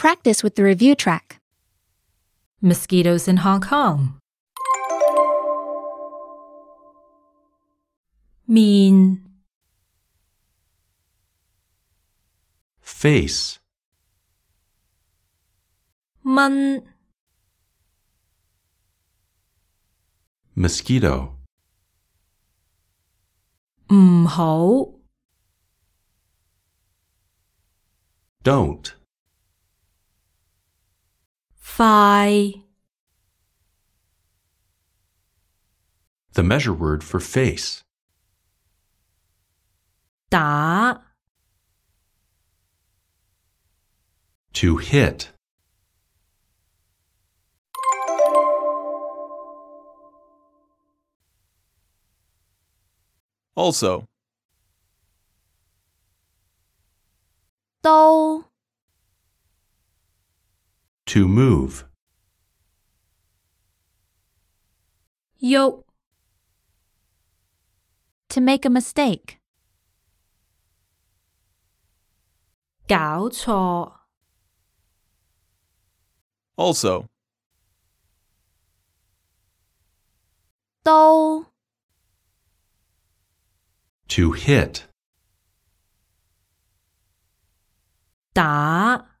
practice with the review track. Mosquitoes in Hong Kong. Mean, face, mun, mosquito, mho, don't, fai, the measure word for face, da, to hit, Also, do, to move, yo, To make a mistake. gao cho, also, Do. to hit, da,